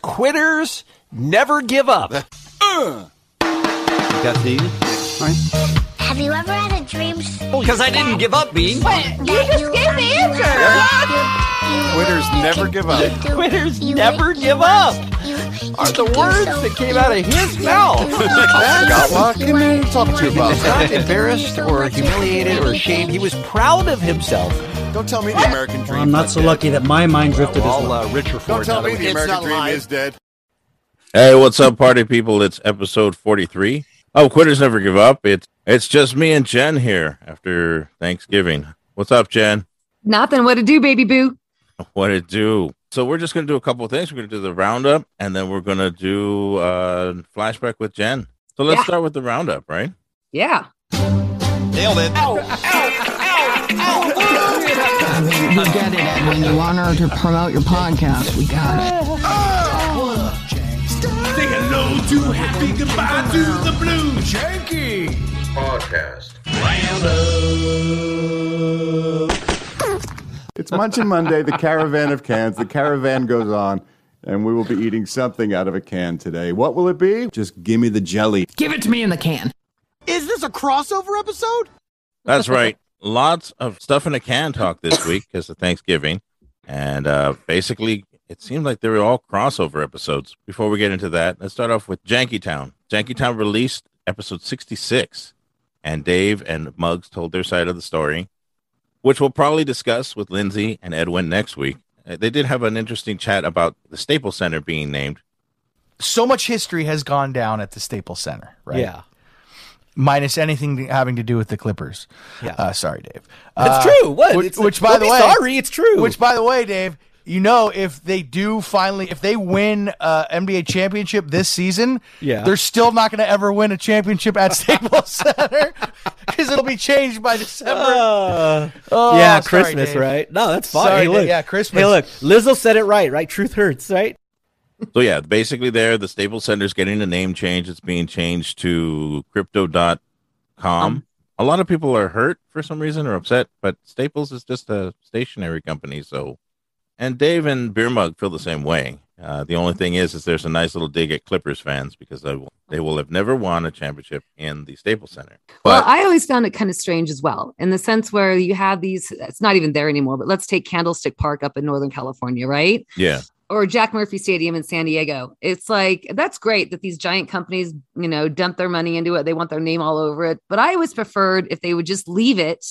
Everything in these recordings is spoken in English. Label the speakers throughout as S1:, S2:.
S1: Quitters never give up.
S2: Got these?
S3: Have you ever had a dream s-
S1: Because Oh, I didn't give up, Bean.
S4: Wait, you just gave the answer.
S3: that
S5: Quitters never give
S3: you,
S5: up.
S3: you do-
S1: Quitters
S3: you-
S1: never
S3: you
S1: give
S3: want-
S1: up
S3: you- you
S1: Are the
S3: can do
S1: words
S3: so.
S1: that came out of his
S3: You-
S1: mouth.
S3: you want-
S5: Got luck
S3: you
S5: and
S3: want-
S5: it's up to
S3: you
S5: you,
S3: want-
S5: Bob.
S1: Not
S3: you
S1: embarrassed
S3: so
S1: or
S3: much, you
S1: humiliated
S3: can do
S1: or ashamed. He
S3: anything.
S1: was proud of himself.
S5: Don't tell me the American dream.
S6: Well, I'm not so lucky that my mind drifted as
S1: All
S6: well.
S1: uh, richer for
S5: Don't
S1: it
S5: tell
S1: now that
S5: me
S1: we-
S5: the American dream is dead.
S2: Hey, what's up, party people? It's episode 43. Oh, quitters never give up. It's it's just me and Jen here after Thanksgiving. What's up, Jen?
S4: Nothing. What to do, baby boo?
S2: What it do? So we're just gonna do a couple of things. We're gonna do the roundup, and then we're gonna do uh flashback with Jen. So let's
S4: Yeah.
S2: start with the roundup, right?
S4: Yeah.
S5: Nailed it.
S7: We get it. When you want her to promote your podcast, we got it.
S8: Say hello to happy, goodbye to the blue. Janky.
S5: It's Munchin Monday, the caravan of cans. The caravan goes on, and we will be eating something out of a can today. What will it be? Just give me the jelly.
S7: Give it to me in the can.
S8: Is this a crossover episode?
S2: That's right. Lots of stuff in a can talk this week because of Thanksgiving. And uh, basically, it seemed like they were all crossover episodes. Before we get into that, let's start off with Jankytown. Jankytown released episode 66, and Dave and Muggs told their side of the story, which we'll probably discuss with Lindsay and Edwin next week. Uh, They did have an interesting chat about the Staples Center being named.
S9: so much history has gone down at the Staples Center, right?
S1: Yeah.
S9: Minus anything to- having to do with the Clippers.
S1: Yeah.
S9: Uh, sorry, Dave.
S1: That's
S9: Uh,
S1: true. What?
S9: Which,
S1: It's-
S9: which
S1: don't
S9: by the
S1: be
S9: way,
S1: sorry, it's true.
S9: Which, by the way, Dave, you know, if they do finally, if they win uh, NBA championship this season,
S1: Yeah.
S9: they're still not going to ever win a championship at Staples Center because it'll be changed by December.
S1: Uh,
S9: Oh,
S1: yeah,
S9: sorry,
S1: Christmas,
S9: Dave.
S1: right? No, that's fine.
S9: Sorry,
S1: hey, look.
S9: Dave. Yeah, Christmas.
S1: Hey, look, Lizzo said it right, right? Truth hurts, right?
S2: So yeah, basically there the Staples Center's getting a name change. It's being changed to crypto.com. a lot of people are hurt for some reason or upset, but Staples is just a stationary company, so and Dave and Beer Mug feel the same way. Uh, the only thing is, is there's a nice little dig at Clippers fans because they will, they will have never won a championship in the Staples Center.
S4: Well,
S2: But
S4: I always found it kind of strange as well, in the sense where you have these, it's not even there anymore, but let's take Candlestick Park up in Northern California, right?
S2: yeah,
S4: Or Jack Murphy Stadium in San Diego. It's like, that's great that these giant companies, you know, dump their money into it. They want their name all over it. But I always preferred if they would just leave it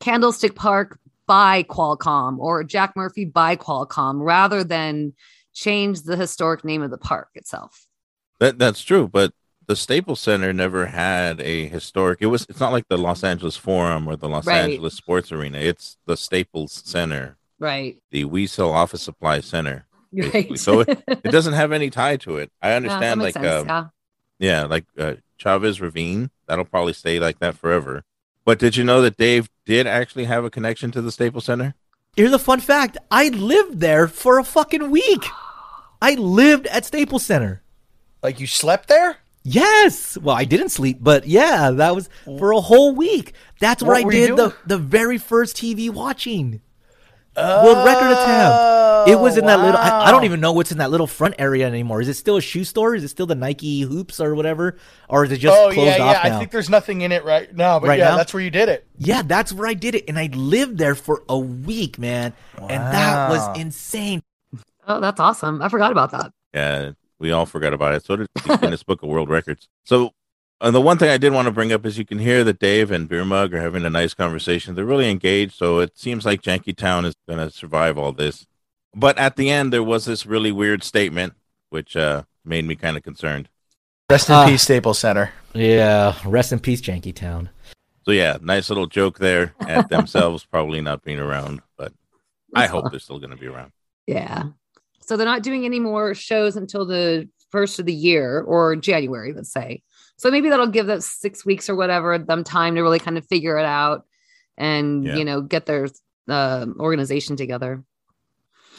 S4: Candlestick Park by Qualcomm or Jack Murphy by Qualcomm rather than change the historic name of the park itself.
S2: That that's true, but the Staples Center never had a historic. It was it's not like the Los Angeles Forum or the Los
S4: Right.
S2: Angeles Sports Arena. It's the Staples Center,
S4: Right.
S2: the We Sell Office Supply Center. basically.
S4: Right.
S2: So it, it doesn't have any tie to it.
S4: Yeah,
S2: I
S4: that
S2: understand, like
S4: makes sense,
S2: um,
S4: yeah.
S2: yeah, like uh, Chavez Ravine. That'll probably stay like that forever. But did you know that Dave did actually have a connection to the Staples Center?
S1: Here's a fun fact. I lived there for a fucking week. I lived at Staples Center.
S9: Like you slept there?
S1: Yes. Well, I didn't sleep, but yeah, that was for a whole week. That's where
S9: What
S1: I
S9: were you
S1: did the,
S9: doing?
S1: the very first TV watching. World record attempt. It was in that little. I, I don't
S9: Oh, wow.
S1: even know what's in that little front area anymore. Is it still a shoe store? Is it still the Nike hoops or whatever? Or is it just
S9: oh,
S1: closed
S9: yeah,
S1: off
S9: yeah.
S1: now?
S9: I think there's nothing in it right now, Oh, but
S1: Right
S9: yeah,
S1: now?
S9: that's where you did it.
S1: Yeah, that's where I did it, and I lived there for a week, man, and that was insane.
S4: Oh, that's awesome. I forgot about that.
S2: Yeah, we all forgot about it. So did the Guinness Book of World Records. So, and the one thing I did want to bring up is you can hear that Dave and Beer Mug are having a nice conversation. They're really engaged. So it seems like Janky Town is going to survive all this. But at the end, there was this really weird statement, which uh, made me kind of concerned.
S9: Rest in
S1: Ah.
S9: peace, Staples Center.
S1: Yeah, rest in peace, Janky Town.
S2: So yeah, nice little joke there at themselves probably not being around, but I hope they're still going to be around.
S4: Yeah. So they're not doing any more shows until the first of the year or January, let's say. So maybe that'll give that six weeks or whatever them time to really kind of figure it out and
S2: Yeah.
S4: you know get their uh, organization together.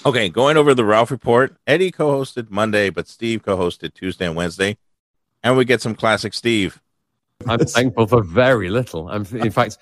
S2: Okay, going over the Ralph report. Eddie co-hosted Monday, but Steve co-hosted Tuesday and Wednesday, and we get some classic Steve.
S10: I'm thankful for very little. I'm, in fact,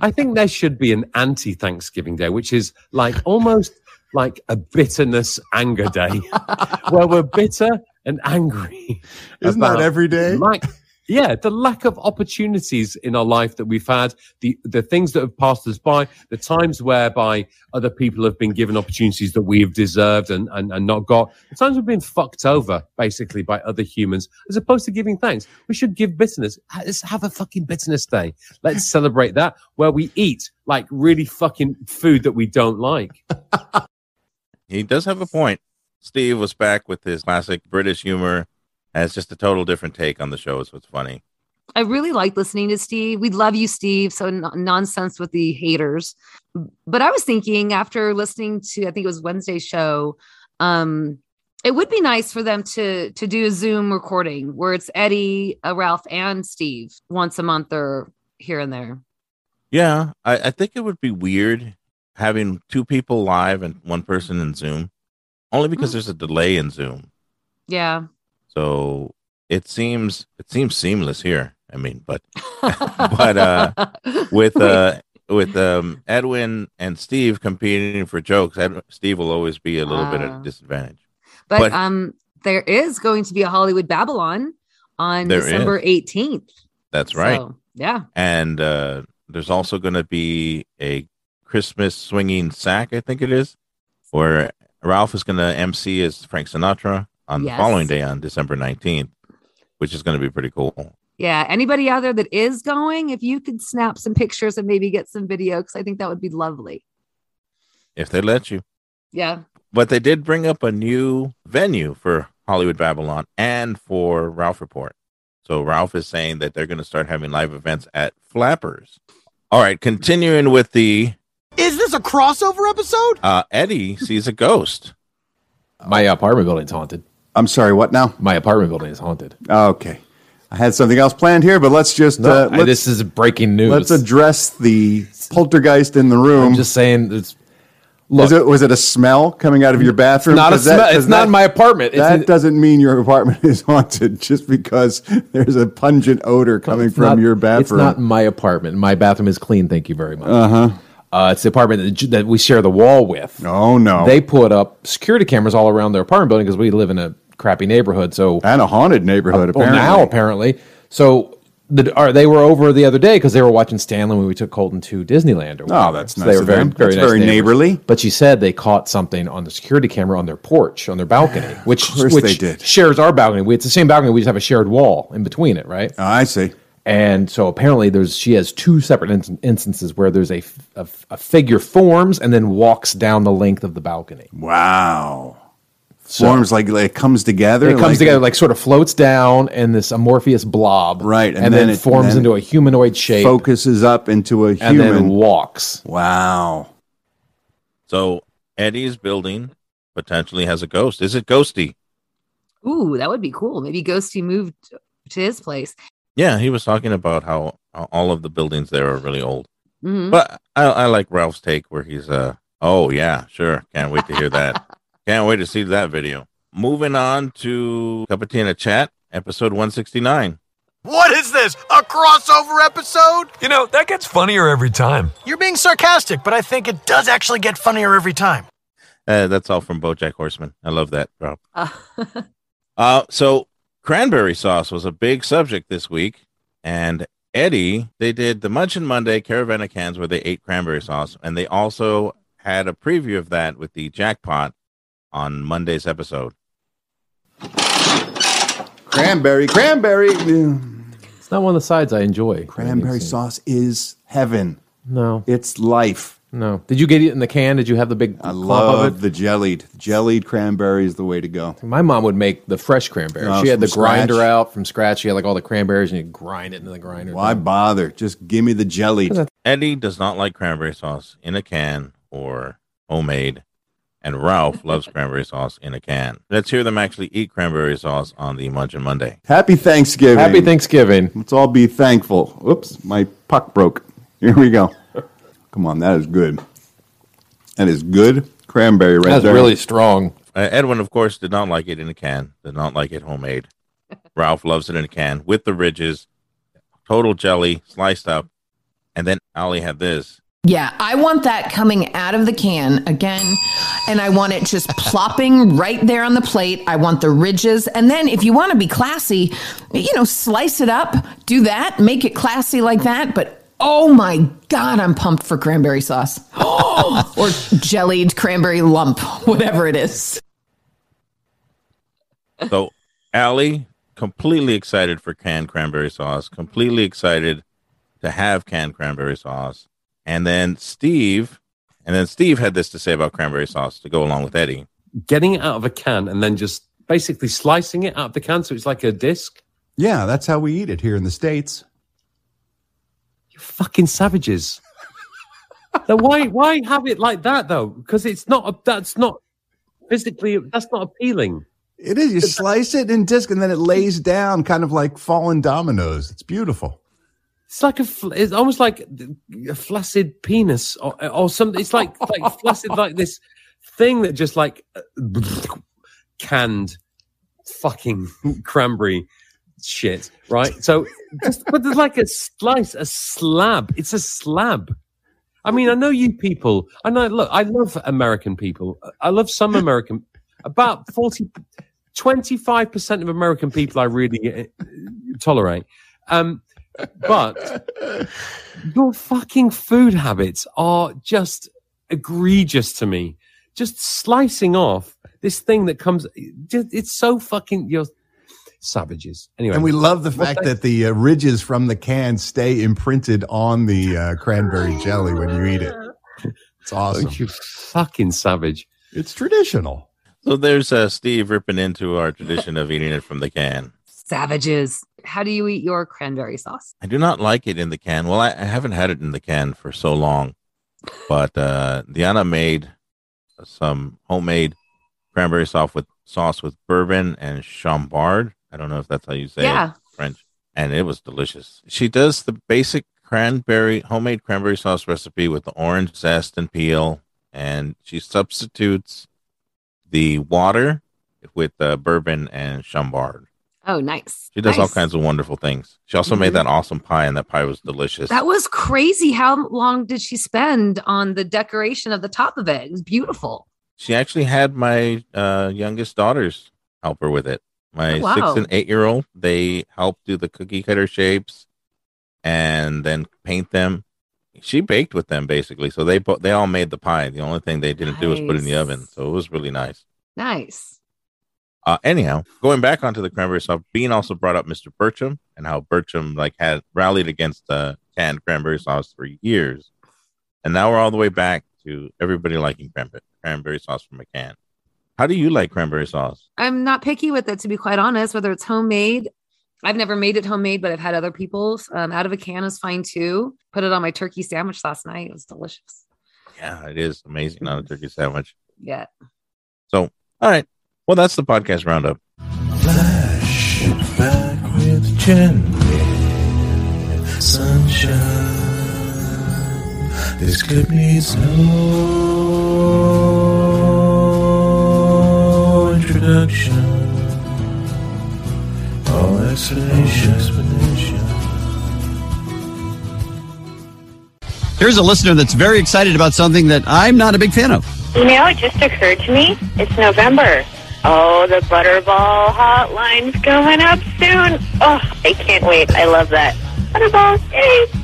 S10: I think there should be an anti Thanksgiving Day, which is like almost like a bitterness anger day, where we're bitter and angry.
S5: Isn't that
S10: every day? Like, yeah, the lack of opportunities in our life that we've had, the the things that have passed us by, the times whereby other people have been given opportunities that we've deserved and, and, and not got, the times we've been fucked over basically by other humans, as opposed to giving thanks. We should give bitterness. Ha- Let's have a fucking bitterness day. Let's celebrate that where we eat like really fucking food that we don't like.
S2: He does have a point. Steve was back with his classic British humor, and it's just a total different take on the show. Is what's funny.
S4: I really like listening to Steve. We love you, Steve. So n- nonsense with the haters. But I was thinking after listening to, I think it was Wednesday's show, um, it would be nice for them to to do a Zoom recording where it's Eddie, uh, Ralph, and Steve once a month or here and there.
S2: Yeah, I, I think it would be weird having two people live and one person in Zoom, only because there's a delay in Zoom.
S4: Yeah.
S2: So it seems it seems seamless here. I mean, but but uh, with uh, with um, Edwin and Steve competing for jokes, Ed, Steve will always be a little bit at
S4: Ah.
S2: a disadvantage.
S4: But,
S2: But-
S4: um, there is going to be a Hollywood Babylon on
S2: There is.
S4: December 18th.
S2: That's right.
S4: So, yeah.
S2: And uh, there's also going to be a Christmas swinging sack, I think it is, where Ralph is going to MC as Frank Sinatra on
S4: Yes.
S2: the following day on December 19th, which is going to be pretty cool.
S4: Yeah. Anybody out there that is going, if you could snap some pictures and maybe get some video, because I think that would be lovely.
S2: If they let you.
S4: Yeah.
S2: But they did bring up a new venue for Hollywood Babylon and for Ralph Report. So Ralph is saying that they're going to start having live events at Flappers. All right, continuing with the
S8: Is this a crossover episode?
S2: uh, Eddie sees a ghost.
S11: My apartment building's haunted.
S5: I'm sorry, what now?
S11: My apartment building is haunted.
S5: Okay. I had something else planned here, but let's just.
S11: No,
S5: uh,
S11: I-
S5: let's,
S11: this is breaking news.
S5: Let's address the poltergeist in the room. I'm just
S11: saying. It's,
S5: was, it, was it a smell coming out of your bathroom?
S11: not a
S5: 'Cause that-
S11: smell.
S5: 'cause
S11: It's not
S5: that-
S11: my apartment. It's
S5: that
S11: an-
S5: doesn't mean your apartment is haunted just because there's a pungent odor coming
S11: It's
S5: from
S11: not-
S5: your bathroom.
S11: It's not my apartment. My bathroom is clean. Thank you very much.
S5: Uh-huh.
S11: Uh, it's the apartment that, j- that we share the wall with.
S5: Oh no!
S11: They put up security cameras all around their apartment building because we live in a crappy neighborhood. So
S5: and a haunted neighborhood.
S11: Well,
S5: apparently.
S11: now apparently. So the, or they were over the other day because they were watching Stanley when we took Colton to Disneyland. Or whatever.
S5: Oh, that's
S11: So
S5: nice of them. That's very
S11: neighborly. But she said they caught something on the security camera on their porch on their balcony, which
S5: course
S11: which
S5: they did.
S11: shares our balcony. We, it's the same balcony. We just have a shared wall in between it, right?
S5: Ah, I see.
S11: And so apparently, there's she has two separate in- instances where there's a, f- a f- a figure forms and then walks down the length of the balcony.
S5: Wow. Forms like, like it comes together.
S11: it comes together like sort of floats down in this amorphous blob, right? And, then,
S5: then it-
S11: it forms
S5: then
S11: into a humanoid shape.
S5: focuses up into a
S11: And
S5: human
S11: then walks.
S5: Wow.
S2: So Eddie's building potentially has a ghost. Is it ghosty?
S4: Ooh, that would be cool. Maybe Ghosty moved to his place.
S2: Yeah, he was talking about how uh, all of the buildings there are really old.
S4: Mhm.
S2: But I, I like Ralph's take where he's, uh, oh, yeah, sure. Can't wait to hear that. Can't wait to see that video. Moving on to Cupertina Chat, episode 169.
S8: What is this? A crossover episode?
S12: You know, that gets funnier every time.
S9: You're being sarcastic, but I think it does actually get funnier every time.
S2: Uh, that's all from Bojack Horseman. I love that, Rob. uh, so cranberry sauce was a big subject this week, and Eddie they did the Munchin Monday Caravan of Cans where they ate cranberry sauce, and they also had a preview of that with the jackpot on Monday's episode.
S5: Cranberry, cranberry.
S11: It's not one of the sides I enjoy.
S5: Cranberry sauce is heaven.
S11: No,
S5: it's life.
S11: No, did you get it in the can? Did you have the big
S5: I
S11: clump of
S5: love
S11: it?
S5: the jellied. Jellied cranberry is the way to go.
S11: My mom would make the fresh cranberry.
S5: Oh,
S11: she had
S5: from
S11: the grinder
S5: scratch.
S11: out from scratch. She had like all the cranberries and you grind it into the grinder.
S5: Why bother? Just give me the jellied.
S2: Eddie does not like cranberry sauce in a can or homemade, and Ralph loves cranberry sauce in a can. Let's hear them actually eat cranberry sauce on the Munchin Monday.
S5: Happy Thanksgiving.
S2: Happy
S5: Thanksgiving. Let's all be thankful. Oops, my puck broke. Here we go. Come on, that is good. That is good cranberry right there.
S2: strong. Uh, Edwin, of course, did not like it in a can. Did not like it homemade. Ralph loves it in a can with the ridges, total jelly, sliced up, and then Ali had this.
S7: Yeah, I want that coming out of the can again, and I want it just plopping right there on the plate. I want the ridges. And then if you want to be classy, you know, slice it up, do that, make it classy like that. But oh my God, I'm pumped for cranberry sauce or jellied cranberry lump, whatever it is.
S2: So Allie, completely excited for canned cranberry sauce, completely excited to have canned cranberry sauce. And then Steve, and then Steve had this to say about cranberry sauce to go along with Eddie.
S10: Getting it out of a can and then just basically slicing it out of the can so it's like a disc.
S13: Yeah, that's how we eat it here in the States.
S10: You fucking savages. now why why have it like that though? Because it's not a, that's not physically that's not appealing.
S13: It is. You slice it in disc, and then it lays down, kind of like fallen dominoes. It's beautiful.
S10: It's like a. fl- It's almost like a flaccid penis or, or something. It's like like flaccid, like this thing that just like canned fucking cranberry shit, right? So, just, but there's like a slice, a slab. It's a slab. I mean, I know you people, and I look, I love American people. I love some American, about 40, 25% of American people I really uh, tolerate. Um, but your fucking food habits are just egregious to me. Just slicing off this thing that comes, eh, just- it's so fucking, you're savages. Anyway.
S13: and we love the
S10: Well,
S13: fact
S10: thank-
S13: that the uh, ridges from the can stay imprinted on the uh, cranberry jelly when you eat it. It's awesome.
S10: you fucking savage.
S13: It's traditional.
S2: So there's uh, Steve ripping into our tradition of eating it from the can.
S4: Savages. How do you eat your cranberry sauce?
S2: I do not like it in the can. Well, I, I haven't had it in the can for so long, but uh, Diana made some homemade cranberry sauce with sauce with bourbon and chambard. I don't know if that's how you say it
S4: Yeah.
S2: in French, and it was delicious. She does the basic cranberry homemade cranberry sauce recipe with the orange zest and peel, and she substitutes the water with uh, bourbon and chambard.
S4: Oh, nice.
S2: She does all
S4: Nice.
S2: kinds of wonderful things. She also made
S4: Mhm.
S2: that awesome pie, and that pie was delicious.
S4: That was crazy. How long did she spend on the decoration of the top of it? It was beautiful.
S2: she actually had my uh, youngest daughters help her with it. My
S4: Oh, wow.
S2: six and eight year old, they helped do the cookie cutter shapes and then paint them. She baked with them basically, so they bo- they all made the pie. The only thing they didn't do was put it in the
S4: Nice.
S2: oven, so it was really nice.
S4: Nice.
S2: Uh, anyhow, going back onto the cranberry sauce, Bean also brought up Mr. Bertram and how Bertram like had rallied against uh, canned cranberry sauce for years, and now we're all the way back to everybody liking cranberry cranberry sauce from a can. How do you like cranberry sauce?
S4: I'm not picky with it, to be quite honest, whether it's homemade. I've never made it homemade, but I've had other people's. Um, out of a can is fine too. Put it on my turkey sandwich last night. It was delicious.
S2: Yeah, it is amazing on a turkey sandwich.
S4: Yeah.
S2: So, all right, well, that's the podcast roundup.
S8: Back with Jen. Sunshine. This could be no introduction. All explanation, explanation.
S14: Here's a listener that's very excited about something that I'm not a big fan of.
S15: You know, it just occurred to me, it's November. Oh, the Butterball hotline's going up soon. Oh, I can't wait. I love that. Butterball, yay!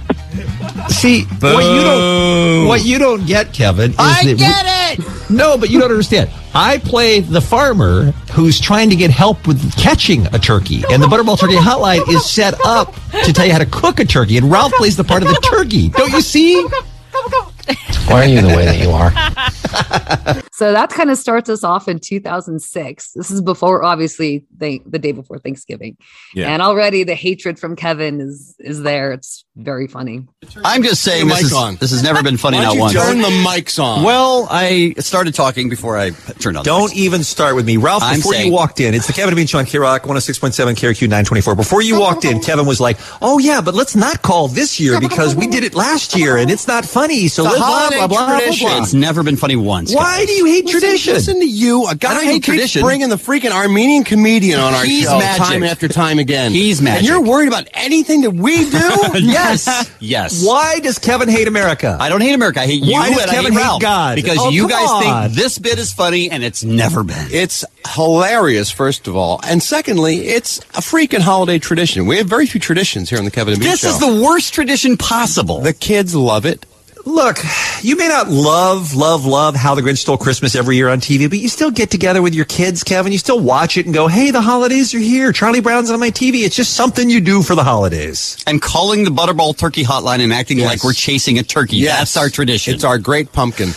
S14: See, what you don't what you don't get, Kevin, is
S15: I
S14: that
S15: get
S14: it. No, but you don't understand. I play the farmer who's trying to get help with catching a turkey, and the Butterball Turkey Hotline is set up to tell you how to cook a turkey, and Ralph plays the part of the turkey. Don't you see?
S16: Why are you the way that you are?
S4: So that kind of starts us off in 2006. This is before, obviously, the, the day before Thanksgiving.
S16: Yeah.
S4: And already the hatred from Kevin is is there. It's very funny.
S16: I'm just saying
S17: Turn your
S16: this,
S17: mic
S16: is-
S17: on.
S16: this has never been funny
S17: Why'd
S16: not
S17: you
S16: once.
S17: turn the mics on?
S16: Well, I started talking before I turned on.
S17: Don't even start with me. Ralph,
S16: I'm
S17: before
S16: saying-
S17: you walked in, it's the Kevin and Bean Sean K Rock 106.7 KRQ 924. Before you walked in, Kevin was like, oh, yeah, but let's not call this year because we did it last year and it's not funny. So
S16: It's a
S17: let's blah,
S16: holiday
S17: blah, blah, blah,
S16: tradition.
S17: blah.
S16: It's never been funny once.
S17: Why do you hate
S16: Listen-
S17: tradition?
S16: listen
S17: to you, a
S16: guy
S17: I don't
S16: who
S17: hate
S16: keeps
S17: tradition.
S16: bringing
S17: the freaking Armenian comedian
S16: on our
S17: He's
S16: show
S17: magic.
S16: time after
S17: time again. He's
S16: And
S17: magic.
S16: you're
S17: worried about anything that we do? yes.
S16: Yes.
S17: Why does Kevin hate America?
S16: I don't hate America. I hate you
S17: Why does
S16: and I
S17: Kevin
S16: hate
S17: hate
S16: Ralph.
S17: God?
S16: Because
S17: Oh,
S16: you
S17: come
S16: guys
S17: on.
S16: think this bit is funny and it's never been.
S17: It's hilarious, first of all. And secondly, it's a freaking holiday tradition. We have very few traditions here on the Kevin and Bean
S16: This
S17: Show.
S16: is the worst tradition possible.
S17: The kids love it. Look, you may not love, love, love How the Grinch Stole Christmas every year on TV, but you still get together with your kids, Kevin. You still watch it and go, hey, the holidays are here. Charlie Brown's on my TV. It's just something you do for the holidays.
S16: And calling the Butterball Turkey Hotline and acting like we're chasing a turkey. That's our tradition. It's
S17: our great pumpkin.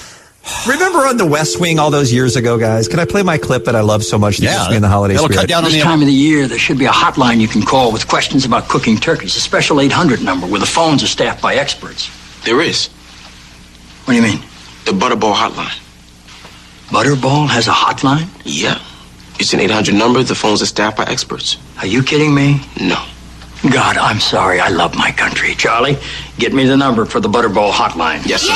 S17: Remember on the West Wing all those years ago, guys? Can I play my clip that I love so much? that
S18: Yeah,
S17: keeps me in the holiday
S18: that'll cut
S17: spirit.
S18: down on the time of the year. There should be a hotline you can call with questions about cooking turkeys, a special 800 number where the phones are staffed by experts.
S19: There is.
S18: What do you mean?
S19: The Butterball Hotline.
S18: Butterball has a hotline?
S19: Yeah. It's an 800 number. The phones are staffed by experts.
S18: Are you kidding me?
S19: No.
S18: God, I'm sorry. I love my country. Charlie, get me the number for the Butterball hotline. Yes, sir.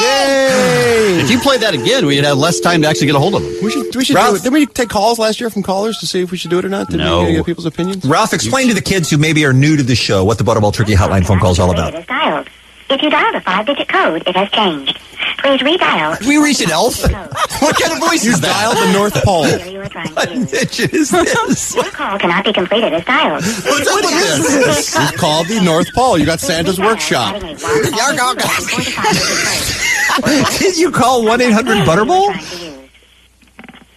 S16: Yay! if you played that again, we'd have less time to actually get a hold of them.
S17: We should, we should
S16: Ralph-
S17: do it. Didn't we take calls last year from callers to see if we should do it or not? Did
S16: No.
S17: we get people's opinions? Ralph, explain to the kids who maybe are new to the show what the Butterball Turkey Hotline phone call is all about.
S8: Is dialed. If you dial the five-digit code, it has changed. Please redial.
S16: We reached an elf? what kind of voice is that?
S17: Dial the North Pole.
S16: What bitch is this?
S8: Your call cannot be completed as dialed.
S17: What's up with this? It's called the North Pole. You got Santa's workshop. Did you call 1 800 Butterball?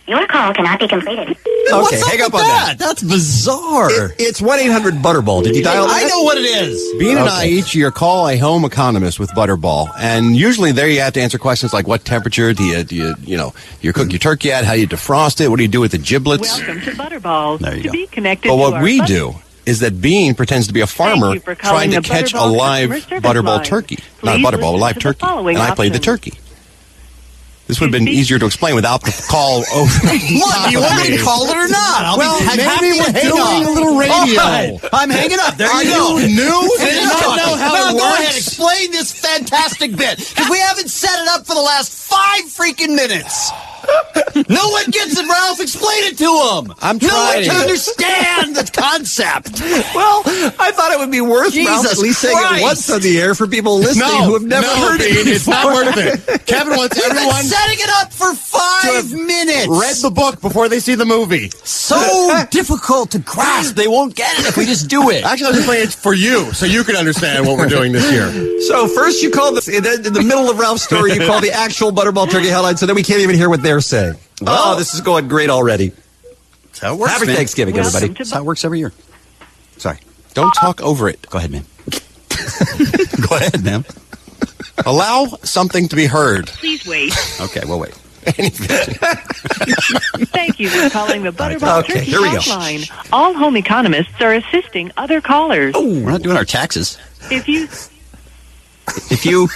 S8: Your call cannot be completed.
S17: Okay, hang up on that.
S16: That's bizarre.
S17: It- it's 1 800 Butterball. Did you dial
S16: I
S17: that?
S16: know what it is.
S17: Bean and I
S16: Okay.
S17: each year call a home economist with Butterball, and usually there you have to answer questions like what temperature do you do you, you know you cook your turkey at, how you defrost it, what do you do with the giblets.
S20: Welcome to Butterball.
S17: There you
S20: to
S17: go.
S20: be connected
S17: But
S20: to
S17: what
S20: our
S17: we
S20: Butter-
S17: do is that Bean pretends to be a farmer
S20: you for
S17: trying
S20: calling
S17: to
S20: the
S17: catch a
S20: Butterball
S17: live
S20: customer service
S17: Butterball
S20: line.
S17: turkey, not a
S20: Please
S17: Butterball, a
S20: listen
S17: live
S20: to the
S17: turkey,
S20: following
S17: and I played the turkey. This would have been easier to explain without the call over.
S16: What? Do you want me to call it or not? I'll
S17: well,
S16: be happy
S17: maybe
S16: to
S17: we're
S16: hang
S17: doing
S16: up.
S17: a little radio.
S16: All right. I'm hanging up. There
S17: Are
S16: you go.
S17: you new?
S16: Hey,
S17: Did
S16: no,
S17: not know how
S16: well,
S17: it
S16: go
S17: works?
S16: ahead. Explain this fantastic bit because we haven't set it up for the last five freaking minutes. no one gets it, Ralph. Explain it to them.
S17: I'm
S16: No one
S17: trying.
S16: can understand the concept.
S17: Well, I thought it would be worth
S16: Jesus
S17: Ralph, at least saying
S16: Christ.
S17: it once on the air for people listening
S16: No,
S17: who have never
S16: no,
S17: heard it.
S16: Bean, it's not
S17: before.
S16: worth it. Kevin wants
S17: We've been
S16: everyone-
S17: setting it up for five minutes.
S16: read the
S17: book before they see the movie.
S16: So difficult to grasp. They won't get it if we just do it.
S17: Actually, I was just playing it for you, so you can understand what we're doing this year. So first, you
S16: Oh,
S17: call the in the, in the middle of Ralph's story, you call the actual Butterball Turkey hotline, so then we can't even hear what they're saying. oh, this is going great already.
S16: That's how it works.
S17: Happy
S16: man.
S17: Thanksgiving,
S16: Welcome
S17: everybody.
S16: to- That's how it works every year. Sorry.
S17: Don't talk over it.
S16: Go ahead, man. Go ahead, ma'am.
S17: Allow something to be heard.
S20: Please wait.
S16: Okay, well, wait.
S20: Thank you for calling the Butterball
S16: Okay,
S20: Turkey
S16: here we go.
S20: Hotline. All home economists are assisting other callers.
S16: We're not doing our taxes.
S20: If you
S16: If you,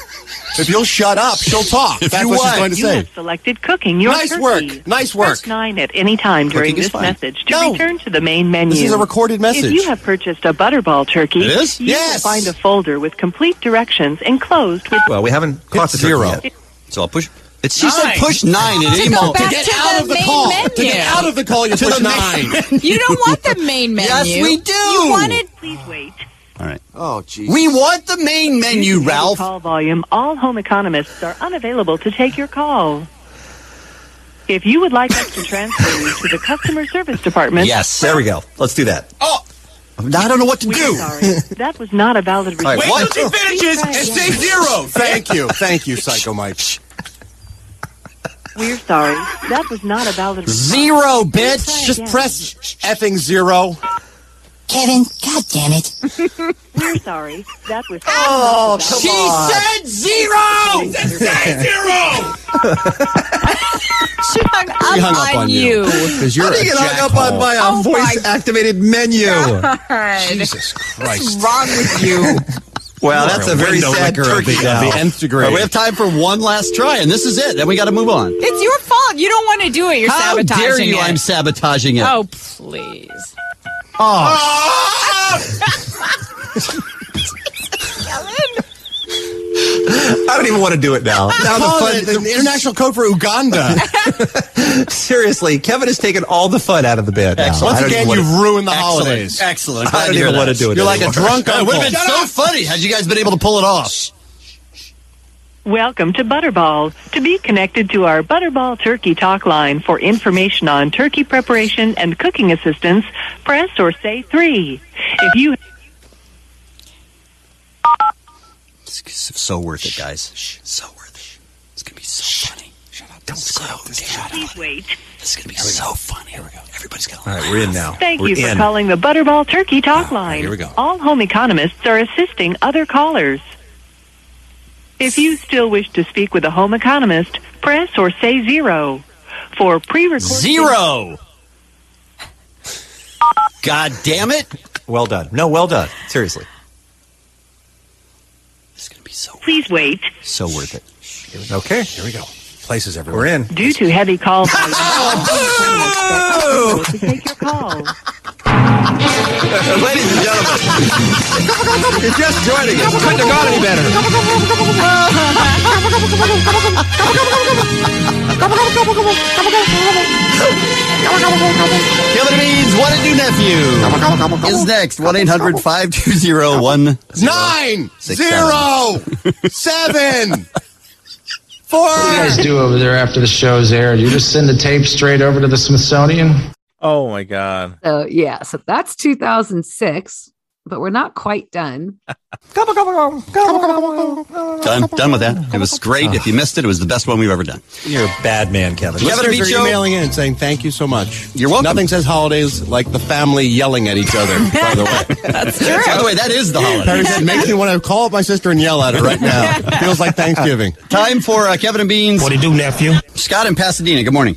S17: if you'll shut up, she'll talk.
S20: If
S17: That's
S20: you
S17: what she's
S20: what?
S17: going to
S20: You
S17: say.
S20: have selected cooking your
S17: Nice
S20: turkey.
S17: work. Nice work.
S20: Press nine at any time during
S17: Cooking is
S20: this
S17: fine.
S20: message to
S17: No.
S20: return to the main menu.
S17: This is a recorded message.
S20: If you have purchased a Butterball turkey,
S17: It is?
S20: you
S17: Yes.
S20: will find a folder with complete directions enclosed with
S17: Well, we haven't
S16: Uh, caught the turkey yet. So I'll push. It's, she said push nine at any moment.
S21: back to the main menu.
S17: To get out of the call, you
S16: To
S17: push
S16: the main-
S17: nine.
S21: You don't want the main menu.
S16: Yes, we do.
S21: You wanted
S16: All right.
S17: Oh, geez.
S16: We want the main menu,
S20: Due to
S16: Ralph.
S20: Call volume. All home economists are unavailable to take your call. If you would like us to transfer you to the customer service department,
S17: Yes.
S16: There we go. Let's do that.
S17: Oh.
S16: I don't know what to
S20: We're
S16: do.
S20: sorry. That was not a valid
S16: All right,
S20: response.
S16: Wait what? till she
S20: finishes and
S17: stay zero. Thank you. Thank you, Psycho Mike.
S20: We're sorry. That was not a valid response.
S17: Zero, bitch. Just press effing zero.
S22: Kevin. God damn it.
S20: We're sorry. That was.
S22: Oh, she said
S20: zero.
S22: zero.
S21: She hung up,
S16: She hung up on you. 'Cause you're
S21: I
S16: a
S21: think it hung up
S16: jackhole.
S21: on my
S16: Oh my
S21: voice-activated menu.
S16: God.
S21: Jesus
S16: Christ.
S21: What's wrong with you?
S16: Well,
S21: You
S16: that's
S21: are
S16: a
S21: a
S16: very
S21: window
S16: sad
S21: licker of
S16: turkey.
S21: the-
S16: now.
S21: of the nth degree.
S16: But we have time for one last try, and this is it. Then we got to move on.
S21: It's your fault. You don't want to do it. You're
S16: How
S21: sabotaging
S16: dare you?
S21: it.
S16: I'm sabotaging it. Oh,
S21: Oh, please.
S16: I don't even want to do it now. Now the
S17: Call
S16: fun,
S17: it an international code for Uganda.
S16: seriously, Kevin has taken all the fun out of the band. now.
S17: Excellent.
S16: I
S17: Once
S16: don't
S17: again,
S16: even
S17: you
S16: wanna-
S17: ruined the
S16: Excellent.
S17: holidays.
S16: Excellent.
S17: Glad
S16: I don't
S17: to
S16: even
S17: hear
S16: want to
S17: that.
S16: do it.
S17: You're like a
S16: anymore.
S17: drunk
S16: It would've
S17: uncle.
S16: been
S17: Shut
S16: so
S17: up.
S16: funny had you guys been able to pull it off.
S20: Welcome to Butterball. To be connected to our Butterball Turkey Talk line for information on turkey preparation and cooking assistance, press or say 3. If you
S16: It's so worth it, guys. So worth it. It's gonna be so funny. Shut up. Don't slow down.
S20: Please wait.
S16: This is gonna be so funny. Here we go. Everybody's gonna. All right, we're in now.
S20: Thank
S16: Oh, We're
S20: you for
S16: in. Ah,
S20: calling the Butterball Turkey Talk line.
S16: here we go.
S20: All home economists are assisting other callers. If you still wish to speak with a home economist, press or say 0. For pre-recorded
S16: Zero. God damn it. Well done. No, well done. Seriously.
S20: Please wait.
S16: So worth it. Okay. Here we go. Places everywhere. We're in.
S20: Due to heavy call volume, to take your call.
S16: Uh, Ladies and gentlemen, if you're just joining us, couldn't have got any better. Kevin Beans, what a new nephew is next. 1 800 520
S17: Nine, zero, seven.
S16: Four.
S11: What do you guys do over there after the show's aired? You just send the tape straight over to the Smithsonian?
S2: Oh my god.
S4: So yeah, so that's 2006, but we're not quite done.
S16: Done, done with that. It was great. If you missed it, it was the best one we've ever done. You're a bad man, Kevin. Kevin
S17: Listeners
S16: Beach
S17: are
S16: Show.
S17: emailing in and saying thank you so much.
S16: You're welcome.
S17: Nothing says holidays like the family yelling at each other. By the way,
S16: That's true. By the way, that is the holiday.
S17: Perry said, "Makes me want to call up my sister and yell at her right now. Feels like Thanksgiving."
S16: Time for uh, Kevin and Beans. What do you do, nephew? Scott in Pasadena. Good morning.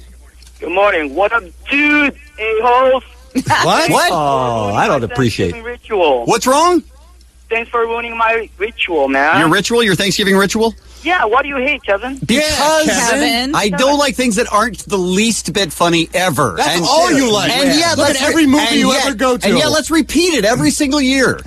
S8: Good morning. What up, dude? A holes.
S16: What? Oh, I don't appreciate.
S8: Ritual.
S16: What's wrong?
S8: Thanks for ruining my ritual, man.
S16: Your ritual, your Thanksgiving ritual?
S8: yeah. What do you hate, Kevin?
S16: Because
S8: Kevin.
S16: I don't like things that aren't the least bit funny ever.
S17: That's all you like.
S16: And yeah,
S17: Look at
S16: let's re-
S17: every movie
S16: and
S17: you
S16: yet-
S17: ever go to.
S16: And yeah, let's repeat it every single year,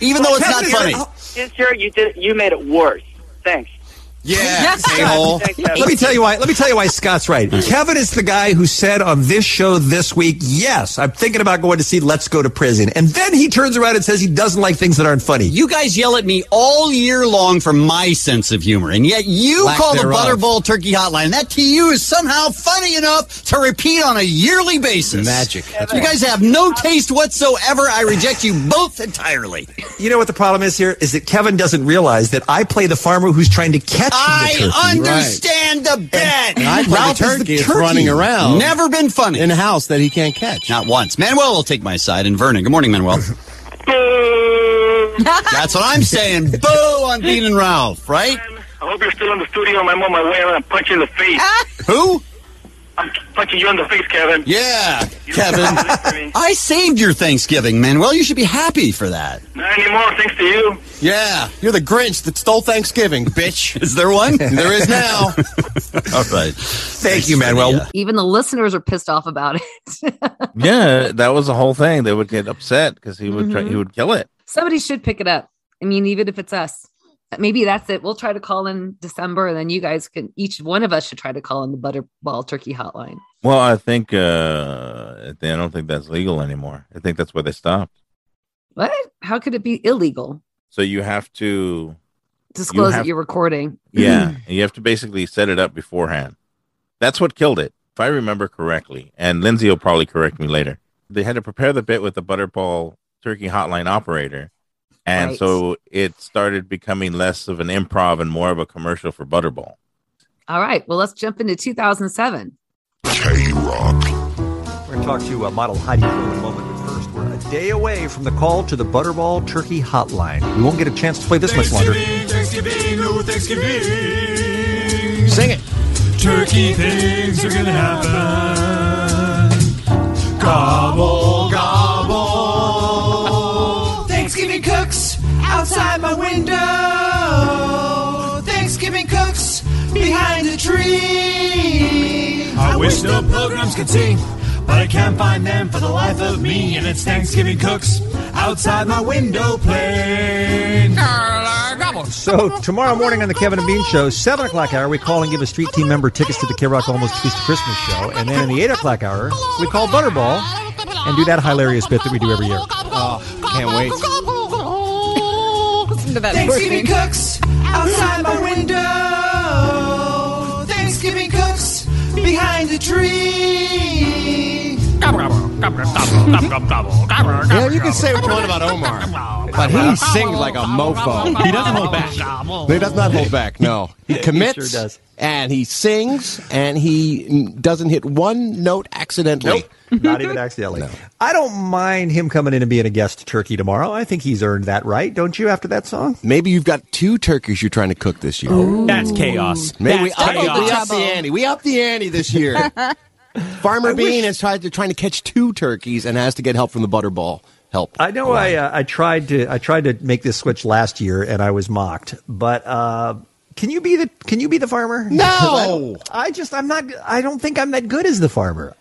S16: even though it's not funny.
S8: This year you did. You made it worse. Thanks.
S16: Yeah,
S8: a-hole.
S16: Let me tell you why. Let me tell you why Scott's right. Kevin is the guy who said on this show this week, "Yes, I'm thinking about going to see Let's Go to Prison," and then he turns around and says he doesn't like things that aren't funny. You guys yell at me all year long for my sense of humor, and yet you
S17: Lack
S16: call
S17: thereof.
S16: the Butterball Turkey Hotline. and That to you is somehow funny enough to repeat on a yearly basis. Magic. you guys have no taste whatsoever. I reject you both entirely.
S23: You know what the problem is here is that Kevin doesn't realize that I play the farmer who's trying to catch the turkey.
S16: I understand the bet.
S23: I play the
S16: Ralph is
S23: turkey, it's running
S17: around.
S16: Never been funny in a house that he can't catch. Not once. Manuel will take my side. And Vernon. Good morning, Manuel. That's what I'm saying. Boo on Bean and Ralph, right?
S5: I hope you're still in the studio. I'm on my way around and punch you in the face.
S16: Who?
S5: I'm punching you in the face, Kevin.
S16: Yeah, Kevin. I saved your Thanksgiving, Manuel. You should be happy for that.
S5: Not anymore, thanks to you.
S17: Yeah, you're the Grinch that stole Thanksgiving, bitch.
S16: Is there one?
S17: there is now.
S16: All right. Thank you,
S17: Manuel.
S4: Even the listeners are pissed off about it.
S2: Yeah, that was the whole thing. They would get upset because he would try, he
S4: Mhm.
S2: would kill it.
S4: Somebody should pick it up. I mean, even if it's us, maybe that's it. We'll try to call in December, and then you guys can. Each one of us should try to call in the Butterball Turkey Hotline.
S2: Well, I think uh I don't think that's legal anymore. I think that's where they stopped.
S4: What? How could it be illegal?
S2: So you have to
S4: Disclose
S2: have-
S4: that you're recording.
S2: Yeah, and you have to basically set it up beforehand. That's what killed it, if I remember correctly. And Lindsay will probably correct me later. They had to prepare the bit with the Butterball Turkey Hotline operator, and
S4: Right.
S2: so it started becoming less of an improv and more of a commercial for Butterball.
S4: All right. Well, let's jump into 2007.
S16: We're going to talk to uh, model Heidi Klum in a moment, but first, we're
S23: day away from the call to the Butterball Turkey Hotline. We won't get a chance to play this much longer.
S24: Thanksgiving, oh Thanksgiving. Sing it. Turkey things are gonna happen. Gobble, gobble.
S8: Thanksgiving cooks outside my window. Thanksgiving cooks behind the tree.
S24: I wish the programs could sing, but I can't find them for the life of me. And it's Thanksgiving cooks outside my window playing.
S23: So tomorrow morning on the Kevin and Bean Show, seven o'clock hour, we call and give a street team member tickets to the K Rock Almost Feast of Christmas show, and then in the eight o'clock hour, we call Butterball and do that hilarious bit that we do every year.
S17: Oh, can't wait.
S21: Listen to that.
S8: Thanksgiving cooks outside my window. Thanksgiving cooks behind the tree.
S17: Yeah, you can say what you want about Omar, but he sings like a mofo.
S24: He doesn't hold back.
S17: He does not hold back. No, he commits.
S23: sure does.
S17: And he sings, and he n- doesn't hit one note accidentally.
S23: Not even accidentally. I don't mind him coming in and being a guest to Turkey tomorrow. I think he's earned that right, don't you, after that song?
S17: Maybe you've got two turkeys you're trying to cook this year.
S23: That's chaos.
S17: Maybe
S23: That's
S17: we, up,
S23: chaos.
S17: we up the ante. We up the ante this year. Farmer Bean is tried to, trying to catch two turkeys and has to get help from the Butterball. Help.
S23: I know I uh, I tried to I tried to make this switch last year and I was mocked. But uh, can you be the can you be the farmer?
S17: No!
S23: I, I just I'm not I don't think I'm that good as the farmer.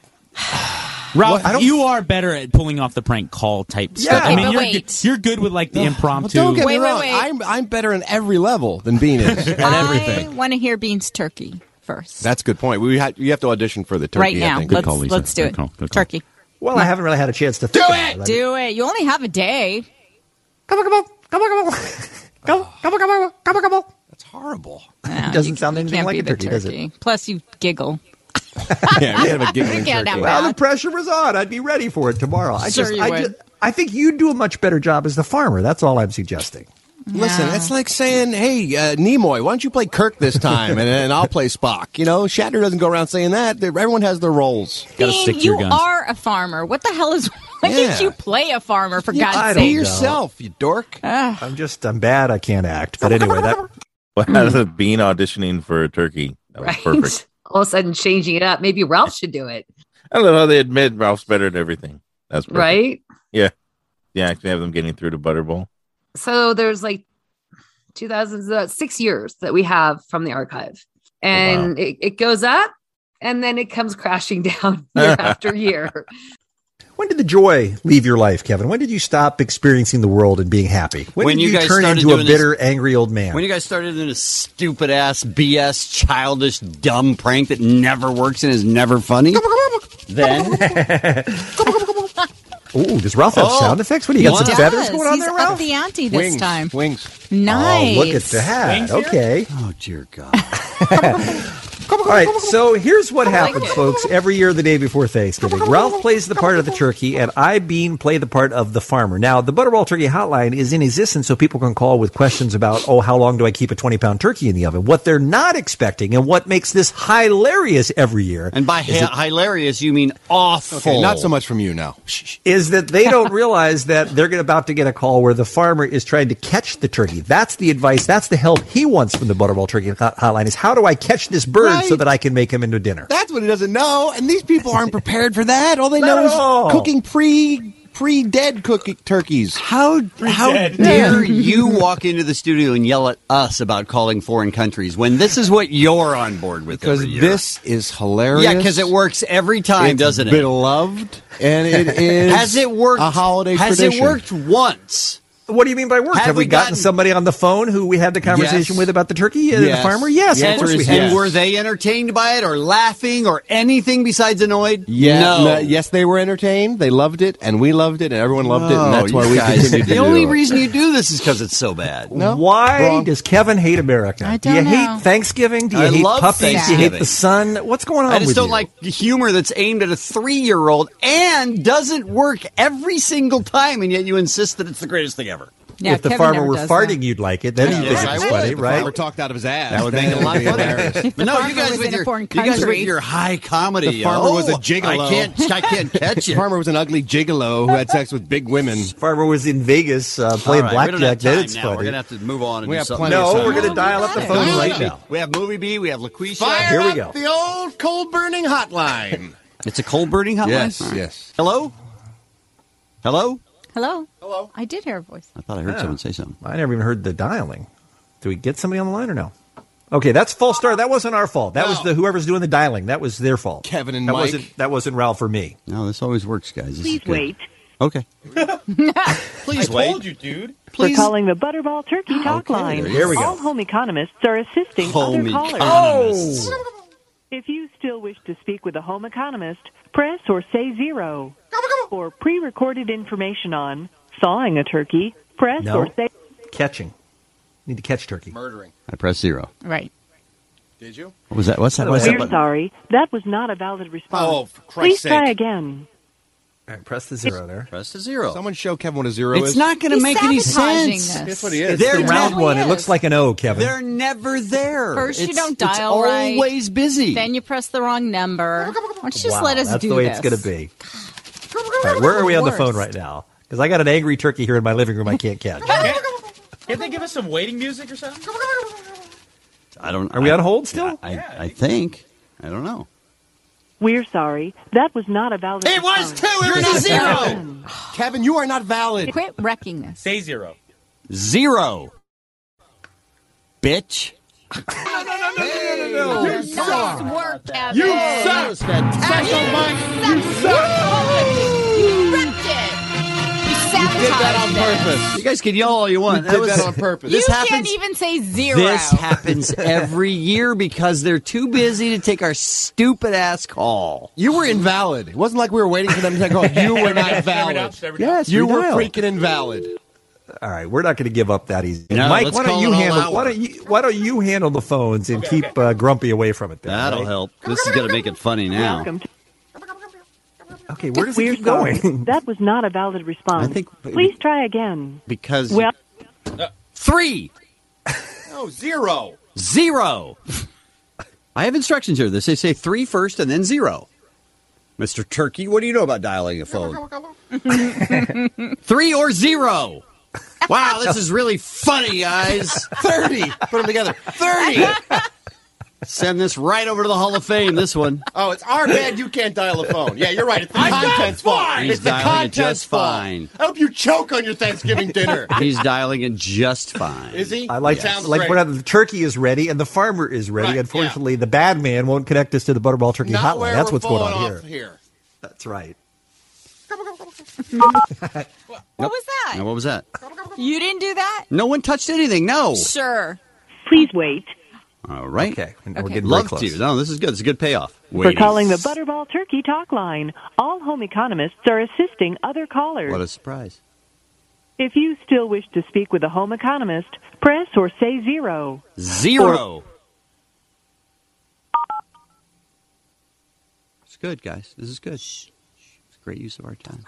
S1: Ralph, you are better at pulling off the prank call type
S17: Yeah.
S1: stuff. I
S17: Okay,
S1: mean,
S17: but
S1: you're
S17: wait.
S1: good, you're good with like the
S17: Well,
S1: impromptu.
S17: don't get me wrong. I'm, I'm better on every level than Bean is at
S21: I
S17: everything.
S21: want to hear Bean's turkey first.
S17: That's a good point. We ha- you have to audition for the turkey.
S21: right
S17: I
S21: now.
S17: think.
S21: Let's, let's do it. Turkey.
S23: Well, I haven't really had a chance to do it.
S21: Do it. You only have a day.
S23: Come on, come on, come on, come on. Come on, come on, come on, come on, come on.
S17: That's horrible.
S21: No,
S23: it doesn't
S21: you
S23: sound anything
S21: can't
S23: like
S21: be
S23: a
S21: the
S23: turkey, does it?
S21: Plus, you giggle.
S17: yeah, we have a giggling
S21: Get that back.
S17: turkey.
S23: Well, the pressure was on. I'd be ready for it tomorrow. I
S21: Sure
S23: just,
S21: you
S23: I
S21: would.
S23: just, I think you do a much better job as the farmer. That's all I'm suggesting.
S17: Listen, that's like saying, "Hey, uh, Nimoy, why don't you play Kirk this time, and, and I'll play Spock." You know, Shatner doesn't go around saying that. They're- Everyone has their roles.
S21: Bean, you are a farmer. What the hell is? Why
S17: Yeah.
S21: did you play a farmer for God's
S23: I
S21: sake?
S23: don't Be know. yourself,
S17: you dork.
S21: Ah.
S23: I'm just, I'm bad. I can't act. But anyway, that
S2: What out of
S4: Hmm.
S2: the bean auditioning for a turkey? That was perfect.
S4: All of a sudden changing it up. Maybe Ralph should do it,
S2: I love how they admit Ralph's better at everything. That's perfect.
S4: right?
S2: Yeah. Yeah, actually have them getting through to Butterball.
S4: So there's like 2000, uh, six years that we have from the archive.
S2: Oh,
S4: And it, it goes up and then it comes crashing down year after year.
S23: when did the joy leave your life, Kevin? When did you stop experiencing the world and being happy? When,
S16: When
S23: did
S16: you
S23: you,
S16: guys
S23: turn
S16: started
S23: into a
S16: doing this-
S23: bitter, angry old man?
S16: When you guys started in a stupid ass, BS, childish, dumb prank that never works and is never funny, then
S23: Ooh, does Ralph have
S16: Oh,
S23: sound effects? What do you got?
S16: what?
S23: Some
S16: Yes,
S23: feathers going on
S21: He's
S23: there,
S21: up
S23: Ralph?
S21: the ante this
S16: Wings,
S21: time.
S16: wings.
S21: Nice.
S23: Oh, look at that.
S16: Wings here?
S23: Okay.
S16: Oh dear God.
S23: All right, so here's what happens, folks. Every year, the day before Thanksgiving, Ralph plays the part of the turkey, and I Bean play the part of the farmer. Now, the Butterball Turkey Hotline is in existence, so people can call with questions about, oh, how long do I keep a 20 pound turkey in the oven? What they're not expecting, and what makes this hilarious every year.
S16: And by
S23: Is
S16: hi- hilarious, you mean awful.
S17: Okay, not so much from you now.
S23: is that they don't realize that they're gonna- about to get a call where the farmer is trying to catch the turkey. That's the advice. That's the help he wants from the Butterball Turkey Hot- Hotline is how do I catch this bird so
S17: Right.
S23: that I can make him into dinner?
S17: That's what he doesn't know, and these people aren't prepared for that. All they
S23: Not
S17: know
S23: at
S17: is
S23: all.
S17: cooking pre pre dead cooking turkeys.
S16: How how
S17: dead.
S16: dare
S17: Yeah.
S16: you walk into the studio and yell at us about calling foreign countries when this is what you're on board with?
S17: Because
S16: every year.
S17: this is hilarious.
S16: yeah, because it works every time,
S17: It's
S16: doesn't it?
S17: Beloved, and it is.
S16: has it worked?
S17: A holiday
S16: Has
S17: tradition.
S16: it worked once?
S23: What do you mean by work?
S16: Have
S23: Have,
S16: we
S23: we gotten,
S16: gotten-
S23: somebody on the phone who we had the conversation
S16: Yes.
S23: with about the turkey and the farmer? Yes,
S16: The
S23: of
S16: answer
S23: course
S16: is
S23: we have.
S16: And were they entertained by it, or laughing, or anything besides annoyed?
S17: Yeah,
S16: no.
S17: no, yes, they were entertained. They loved it, and we loved it, and everyone loved it,
S16: No,
S17: and that's why
S16: you
S17: we
S16: guys-
S17: continued to
S16: The
S17: do
S16: only
S17: it.
S16: reason you do this is because it's so bad.
S23: Why
S16: Wrong.
S23: does Kevin hate America? I do you
S16: don't know.
S23: hate Thanksgiving? Do you
S16: I
S23: hate
S16: love
S23: puppies? Do you hate
S16: Thanksgiving.
S23: the sun? What's going on
S16: I just
S23: with
S16: don't
S23: you?
S16: like humor that's aimed at a three-year-old and doesn't work every single time, and yet you insist that it's the greatest thing ever.
S4: Yeah,
S23: if the
S4: Kevin
S23: farmer
S4: never
S23: were
S4: does
S23: farting,
S4: that.
S23: you'd like it. Then
S4: Yeah,
S23: you
S4: yes,
S23: think
S4: I
S23: it's
S4: would.
S23: funny,
S4: If the
S23: right?
S1: farmer talked out of his ass.
S23: That would
S1: then
S23: make a lot of
S1: it'd be
S23: fun.
S1: embarrassing.
S16: But no, you
S1: farmer
S16: guys
S1: was
S16: with
S1: in a
S16: your
S1: foreign
S16: you guys with
S1: country.
S16: your high comedy.
S17: uh,
S1: The farmer
S16: oh,
S1: was a gigolo.
S16: I can't. I can't catch
S1: The
S16: you.
S1: farmer was an ugly gigolo who had sex with big women.
S23: Farmer was in Vegas uh, playing
S16: All right, we don't
S23: blackjack.
S16: have
S23: Then
S16: time
S23: it's
S16: now.
S23: funny.
S16: We're gonna have to move on. And
S23: We
S16: do
S23: have
S16: something.
S23: plenty of No, time. we're gonna dial up the phone
S16: Dial
S23: right
S16: it
S23: now.
S16: We have movie B. We have LaQuisha.
S1: Fire
S16: Here we
S1: up
S16: go.
S1: the old coal burning hotline.
S16: It's a cold burning hotline.
S1: Yes,
S16: All right.
S1: yes.
S16: Hello. Hello.
S21: Hello. Hello. I did hear a voice.
S16: I thought I heard someone say something.
S23: I never even heard the dialing. Do we get somebody on the line or no? Okay, that's false start. That wasn't our fault. That was the whoever's doing the dialing. That was their fault. Kevin
S16: and
S23: that
S16: Mike.
S23: wasn't that wasn't Ralph or me.
S16: No, this always works, guys. This is
S20: Please
S16: good.
S20: wait.
S16: Okay.
S20: Please
S16: I wait.
S20: you, dude.
S16: Please.
S20: We're calling the Butterball Turkey Talk
S16: Okay,
S20: Line.
S16: there you go.
S20: All home economists are assisting
S16: Home
S20: other callers.
S16: economists.
S1: Oh.
S20: If you still wish to speak with a home economist, press or say zero. For pre-recorded information on sawing a turkey, press
S23: No.
S20: or say.
S23: Catching. Need to catch turkey. Murdering.
S16: I press zero.
S20: Right.
S1: Did you?
S16: What was that? What's that? What's that?
S20: We're
S16: button?
S20: sorry. That was not a valid response.
S1: Oh, for
S20: Please
S1: Christ's
S20: try
S1: sake.
S20: again.
S23: All right, press the zero there.
S16: Press the zero.
S1: Someone show Kevin what a zero is.
S16: It's not going to
S21: He's
S16: make any
S21: sabotaging
S16: sense.
S21: this.
S1: That's what he is.
S23: It's the
S16: They're
S23: round
S16: not-
S23: one. It looks like an O, Kevin.
S16: They're never there.
S21: First, you
S16: It's-
S21: don't dial right.
S16: It's always busy.
S21: Then you press the wrong number. Why don't you just
S23: Wow,
S21: let us
S23: that's
S21: do
S23: the way
S21: this?
S23: it's going to be. All right, where are we on the phone right now? Because I got an angry turkey here in my living room. I can't catch.
S6: Can they give us some waiting music or something?
S16: I don't.
S23: Are we
S16: I-
S23: on hold still?
S16: I, I think. I don't know.
S20: We're sorry. That was not a valid
S16: It was
S20: response.
S16: two. It was a zero.
S1: Kevin, you are not valid.
S21: Quit wrecking this.
S6: Say zero.
S16: Zero. Bitch.
S21: Oh, nice work, Kevin.
S1: You
S16: That was fantastic.
S1: Special Mike,
S21: you You wrecked it. You sabotaged
S1: did that on
S21: it.
S1: purpose.
S16: You guys can yell all you want.
S1: You did that on purpose.
S16: This
S21: you can't
S16: happens.
S21: even say zero.
S16: This happens every year because they're too busy to take our stupid ass call.
S1: You were invalid. It wasn't like we were waiting for them to go. You were not valid.
S23: Yes,
S1: You
S23: we
S1: were
S23: dialed.
S1: freaking invalid.
S23: All right, we're not going to give up that easy.
S16: No,
S23: Mike,
S16: let's
S23: why don't
S16: call
S23: you
S16: it all
S23: handle?
S16: out.
S23: Why don't you Why don't you handle the phones and keep Uh, Grumpy away from it? Then,
S16: That'll
S23: right?
S16: help. This is going to make it funny now.
S20: Welcome to
S23: Okay, where does it
S20: We're
S23: keep
S20: sorry.
S23: going?
S20: That was not a valid response.
S16: I think-
S20: Please try again.
S16: Because
S20: Well,
S16: three,
S1: No, zero.
S16: zero. I have instructions here. They say say three first and then zero. Mr. Turkey, what do you know about dialing a phone? three or zero. Wow, this is really funny, guys.
S1: 30. Put them together.
S16: 30. Send this right over to the Hall of Fame, this one.
S1: Oh, it's our bad you can't dial a phone. Yeah, you're right. It's the
S16: I'm
S1: content's fault.
S16: He's
S1: It's the
S16: dialing it
S1: content's
S16: just
S1: fault.
S16: fine.
S1: I hope you choke on your Thanksgiving dinner.
S16: He's dialing it just fine.
S1: Is he?
S23: I like
S1: Sounds
S23: like
S1: great.
S23: when the turkey is ready and the farmer is ready.
S1: Right, yeah.
S23: Unfortunately, the bad man won't connect us to the Butterball Turkey
S1: Not
S23: Hotline.
S1: where
S23: That's
S1: we're
S23: what's going
S1: pulling
S23: on
S1: off
S23: here.
S1: here.
S23: That's right.
S16: Yep.
S21: What was that?
S16: Now, what was that?
S21: You didn't do that?
S16: No one touched anything. No.
S21: Sure.
S20: please wait.
S16: All right.
S23: Okay, and
S21: Okay.
S23: we're getting
S16: Love
S23: very close.
S16: to. No, this is good. It's a good payoff.
S20: For
S16: Waiting.
S20: calling the Butterball Turkey Talk Line, all home economists are assisting other callers.
S16: What a surprise.
S20: If you still wish to speak with a home economist, press or say zero.
S16: Zero. It's good, guys. This is good. It's a great use of our time.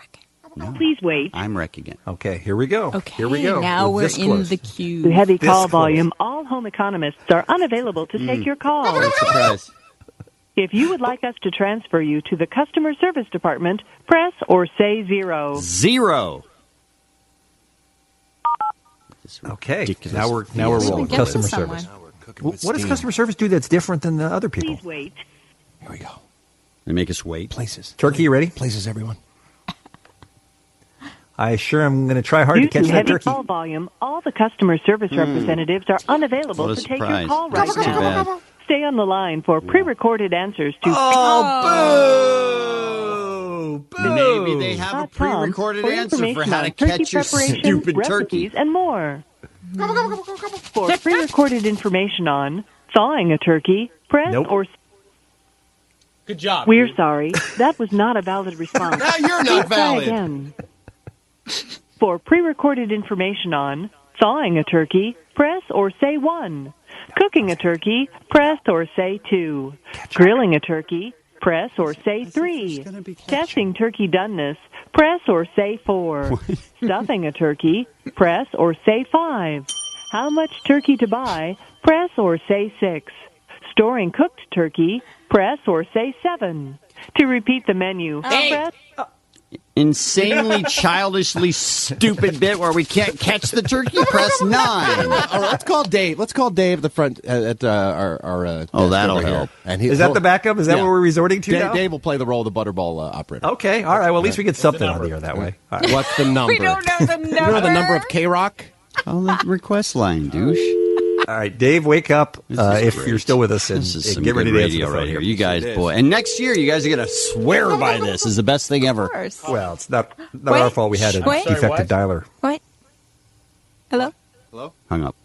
S16: No,
S20: Please wait.
S16: I'm wrecking it.
S23: Okay, here we go.
S21: Okay.
S23: Here we go.
S21: Now we're
S23: this
S21: in
S23: close.
S21: the queue.
S20: The heavy
S23: This
S20: call
S23: close. Mm.
S20: volume, all home economists are unavailable to take your call.
S16: What a surprise.
S20: If you would like us to transfer you to the customer service department, press or say zero.
S16: Zero. This
S23: Okay,
S16: ridiculous
S23: now we're now we're
S21: We can
S23: rolling
S21: get
S23: customer
S21: this
S23: service.
S21: somewhere.
S23: Well, what does customer service do that's different than the other people?
S20: Please wait.
S1: Here we go.
S16: They make us wait.
S1: Places.
S23: Turkey, you ready?
S1: Places, everyone.
S23: I sure am going to try hard
S20: Due
S23: to catch
S20: to
S23: that
S20: heavy
S23: turkey. Hmm.
S20: call volume, all the customer service representatives are unavailable
S16: What a
S20: to take
S16: surprise.
S20: your call right
S16: That's too
S20: now.
S16: bad.
S20: Stay on the line for pre-recorded answers to
S23: Oh, boo!
S16: Maybe they have a
S20: Dot com
S16: pre-recorded
S20: for
S16: answer for
S20: information
S16: how to
S20: on turkey
S16: catch your
S20: preparation,
S16: stupid turkey.
S20: recipes, and more. For pre-recorded information on thawing a turkey, press
S23: Nope.
S20: or
S6: Good job.
S20: we're sorry, that was not a valid response.
S1: Now you're not
S20: Try
S1: valid.
S20: again. For pre-recorded information on thawing a turkey, press or say one. Cooking a turkey, press or say two. Grilling a turkey, press or say three.
S16: gonna be ketchup.
S20: Testing turkey doneness, Press or say four. Stuffing a turkey, press or say five. How much turkey to buy, press or say six. Storing cooked turkey, press or say seven. To repeat the menu, press
S21: Insanely
S16: childishly stupid bit where we can't catch the turkey. Press nine.
S1: All right, let's call Dave. Let's call Dave the front uh, at uh, our our. Uh,
S16: Oh,
S1: desk
S16: that'll
S1: over here.
S16: help.
S1: And he,
S16: Is that
S1: he'll-
S16: the backup? Is that what we're resorting to
S1: Dave,
S16: now?
S1: Dave will play the role of the butterball uh, operator.
S16: Okay. All right. Well, at least we get something out of the air that way. All right.
S1: What's the number?
S21: don't know the
S1: You know the number of K Rock.
S16: Call the request line, douche. All right, Dave, wake up uh, if you're still with us and, This is and some get good ready to answer the radio phone right here. here. You guys, It is. boy. And next year, you guys are going to swear by this. Is the best thing ever.
S21: course.
S16: Well, it's not not our fault. We had a
S21: Wait.
S16: defective dialer.
S21: What? Hello?
S16: Hung up.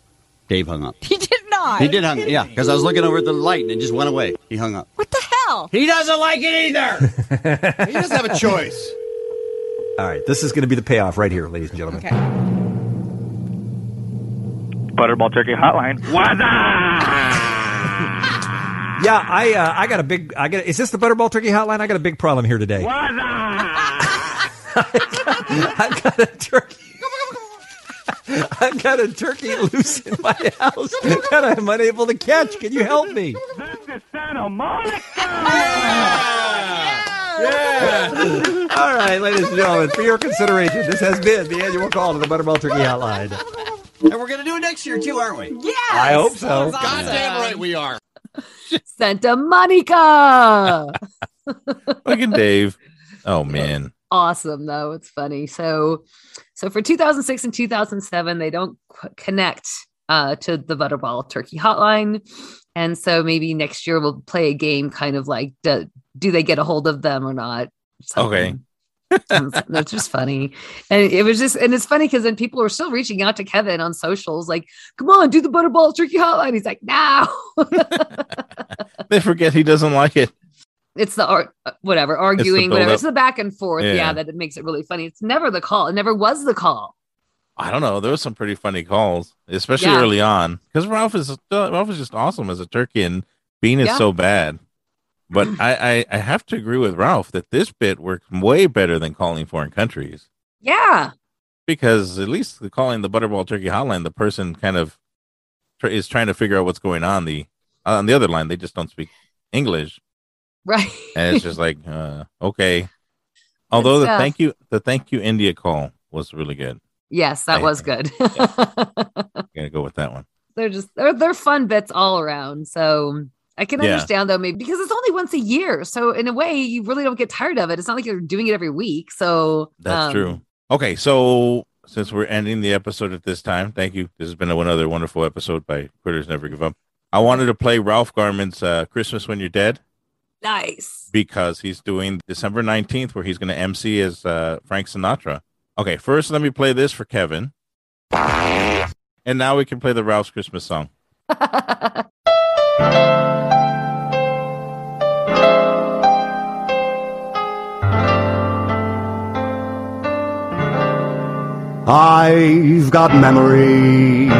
S16: Dave hung up.
S21: He did not.
S16: He did hung. Yeah, because I was looking over at the light and it just went away. He hung up.
S21: What the hell?
S16: He doesn't like it either.
S21: he doesn't have a choice.
S16: All right, this is going to be the payoff right here, ladies and gentlemen.
S25: Butterball Turkey Hotline. What's
S16: Yeah, I uh, I got a big. I got. Is this the Butterball Turkey Hotline? I got a big problem here today. I've got a turkey. I've got a turkey loose in my house that I'm unable to catch. Can you help me?
S25: Santa Monica!
S16: All right, ladies and gentlemen, for your consideration, this has been the annual call to the Butterball Turkey Hotline. And we're going to do it next year, too, aren't we?
S4: Yeah.
S16: I hope so.
S4: Goddamn right
S1: we are.
S4: Santa Monica.
S2: Look at Dave. Oh man.
S4: awesome though it's funny so so for 2006 and 2007 they don't c- connect uh, to the butterball turkey hotline and so maybe next year we'll play a game kind of like do, do they get a hold of them or not
S2: Okay.
S4: that's just funny and it was just and it's funny because then people were still reaching out to kevin on socials like come on do the butterball turkey hotline he's like no
S2: They forget he doesn't like it.
S4: it's the art whatever arguing whatever
S2: buildup.
S4: it's the back and forth
S2: Yeah.
S4: yeah that it makes it really funny it's never the call it never was the call
S2: I don't know. There was some pretty funny calls, especially
S4: Yeah.
S2: early on, because Ralph is Ralph is just awesome as a turkey, and Bean is
S4: Yeah.
S2: so bad. But I, I I have to agree with Ralph that this bit works way better than calling foreign countries
S4: Yeah.
S2: because at least the calling the Butterball Turkey Hotline, the person kind of tr- is trying to figure out what's going on. The on the other line, they just don't speak English,
S4: Right.
S2: and it's just like uh, okay. Although the
S4: stuff.
S2: thank you the thank you India call was really good.
S4: yes, that was good.
S2: Gonna go with that one.
S4: they're just they're, they're fun bits all around. So I can
S2: Yeah.
S4: understand though, maybe because it's only once a year. So in a way, you really don't get tired of it. It's not like you're doing it every week. So
S2: That's
S4: um,
S2: true. Okay, so since we're ending the episode at this time, thank you. This has been another wonderful episode by Critters Never Give Up. I wanted to play Ralph Garman's uh, Christmas When You're Dead
S4: Nice.
S2: because he's doing December 19th, where he's going to MC as uh, Frank Sinatra. Okay, first, let me play this for Kevin. And now we can play the Ralph's Christmas song.
S5: I've got memories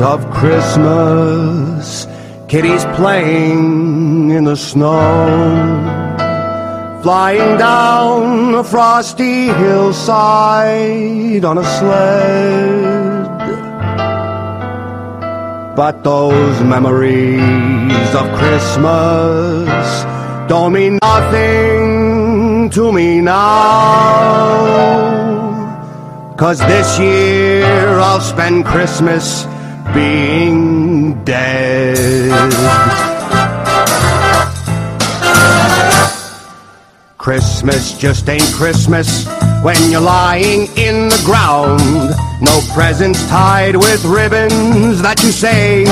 S5: of Christmas, kiddies playing in the snow, flying down a frosty hillside on a sled. But those memories of Christmas don't mean nothing to me now. Cause this year I'll spend Christmas being dead. Christmas just ain't Christmas when you're lying in the ground. No presents tied with ribbons that you save.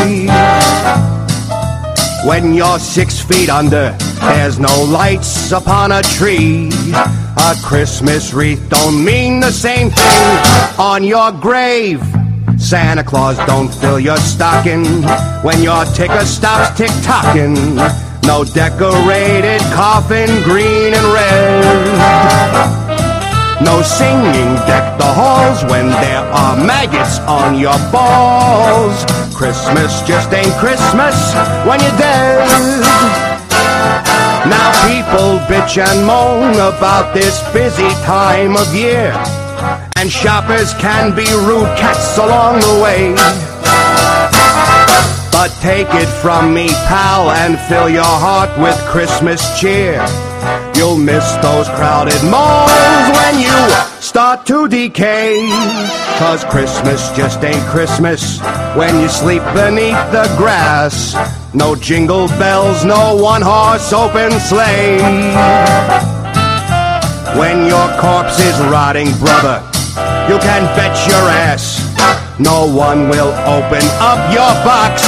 S5: When you're six feet under, there's no lights upon a tree. A Christmas wreath don't mean the same thing on your grave. Santa Claus don't fill your stocking when your ticker stops tick tocking. No decorated coffin, green and red. No singing deck the halls when there are maggots on your balls. Christmas just ain't Christmas when you're dead. Now People bitch and moan about this busy time of year. And shoppers can be rude cats along the way. But take it from me, pal, and fill your heart with Christmas cheer. You'll miss those crowded malls when you start to decay. Cause Christmas just ain't Christmas when you sleep beneath the grass. No jingle bells, no one horse open sleigh. When your corpse is rotting, brother, you can bet your ass no one will open up your box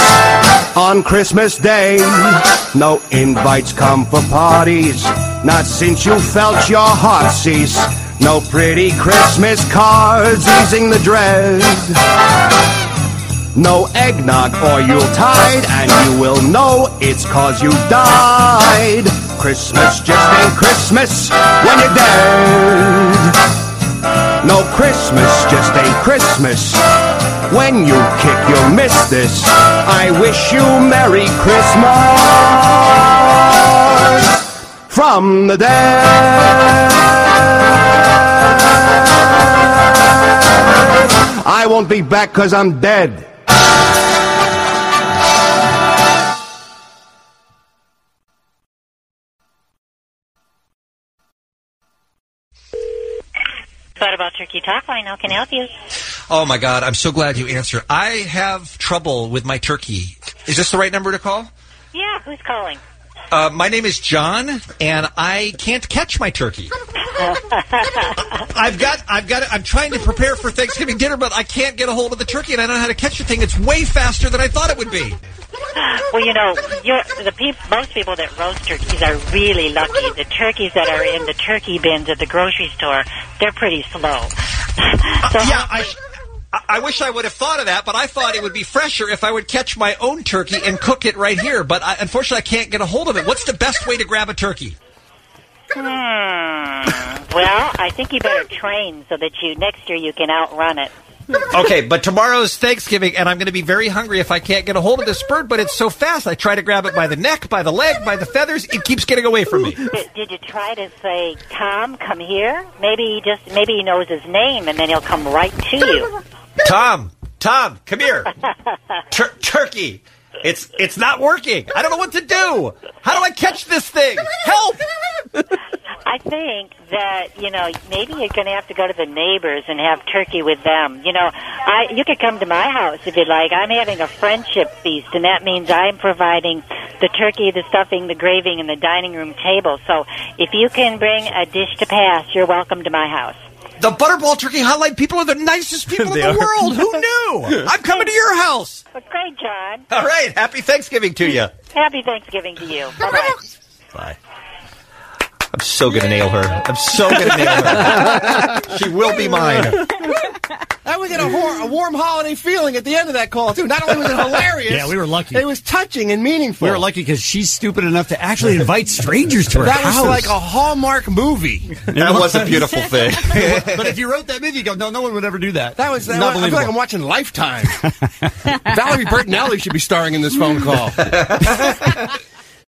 S5: on Christmas Day. No invites come for parties, not since you felt your heart cease. No pretty Christmas cards easing the dread. No eggnog or Yuletide, and you will know it's cause you died. Christmas just ain't Christmas when you're dead. No Christmas just ain't Christmas. When you kick, you'll miss this. I wish you Merry Christmas from the dead. I won't be back because I'm dead.
S9: Thought about Turkey Talk Line. How can I help you?
S23: Oh my God! I'm so glad you answered. I have trouble with my turkey. Is this the right number to call?
S9: Yeah, who's calling?
S23: Uh, my name is John, and I can't catch my turkey. I've got, I've got, I'm trying to prepare for Thanksgiving dinner, but I can't get a hold of the turkey, and I don't know how to catch the thing. It's way faster than I thought it would be.
S9: Well, you know, you're, the peop most people that roast turkeys are really lucky. The turkeys that are in the turkey bins at the grocery store, they're pretty slow. so
S23: Uh, yeah, I, I- I wish I would have thought of that, but I thought it would be fresher if I would catch my own turkey and cook it right here. But I, unfortunately, I can't get a hold of it. What's the best way to grab a turkey?
S9: Hmm. Well, I think you better train so that you next year you can outrun it.
S23: Okay, but tomorrow's Thanksgiving, and I'm going to be very hungry if I can't get a hold of this bird. But it's so fast. I try to grab it by the neck, by the leg, by the feathers. It keeps getting away from me.
S9: Did, did you try to say, "Tom, come here"? Maybe he just maybe he knows his name, and then he'll come right to you.
S23: Tom, Tom, come here. Tur- turkey, it's it's not working. I don't know what to do. How do I catch this thing? Help!
S9: I think that you know maybe you're going to have to go to the neighbors and have turkey with them. You know, I you could come to my house if you'd like. I'm having a friendship feast, and that means I'm providing the turkey, the stuffing, the graving, and the dining room table. So if you can bring a dish to pass, you're welcome to my house.
S23: The Butterball Turkey Hotline people are the nicest people
S9: They
S23: in the
S9: are.
S23: world. Who knew? I'm coming to your house.
S9: Well, great, John.
S23: All right. Happy Thanksgiving to you.
S9: Happy Thanksgiving to you. Bye-bye.
S23: Bye. I'm so gonna nail her. I'm so gonna nail her. she will be mine.
S17: That was in a, war- a warm holiday feeling at the end of that call too. Not only was it hilarious,
S16: Yeah, we were lucky.
S17: It was touching and meaningful.
S16: We were lucky because she's stupid enough to actually invite strangers to her
S17: That
S16: house.
S17: was like a Hallmark movie.
S16: That was a beautiful thing.
S17: but if you wrote that movie, you go, no, no one would ever do that. That was.
S16: It's
S17: That was I feel like
S16: unbelievable.
S17: I'm watching Lifetime. Valerie Bertinelli should be starring in this phone call.